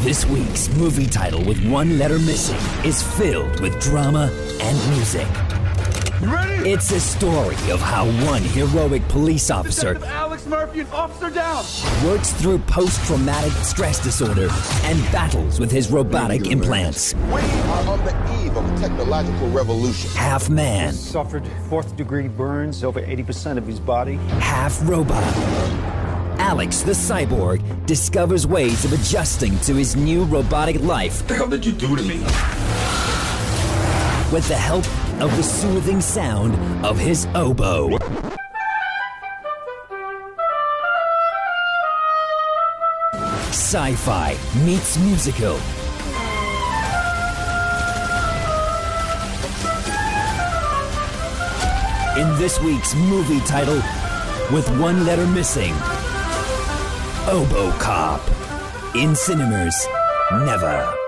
This week's movie title with one letter missing is filled with drama and music. You ready? It's a story of how one heroic police officer Detective Alex Murphy and Officer Down. works through post traumatic stress disorder and battles with his robotic implants. We are on the eve of a technological revolution. Half man, suffered fourth degree burns over 80% of his body. half robot. Alex the cyborg discovers ways of adjusting to his new robotic life the hell did you do to me? with the help of the soothing sound of his oboe. Sci fi meets musical. In this week's movie title, with one letter missing Oboe Cop. In cinemas, never.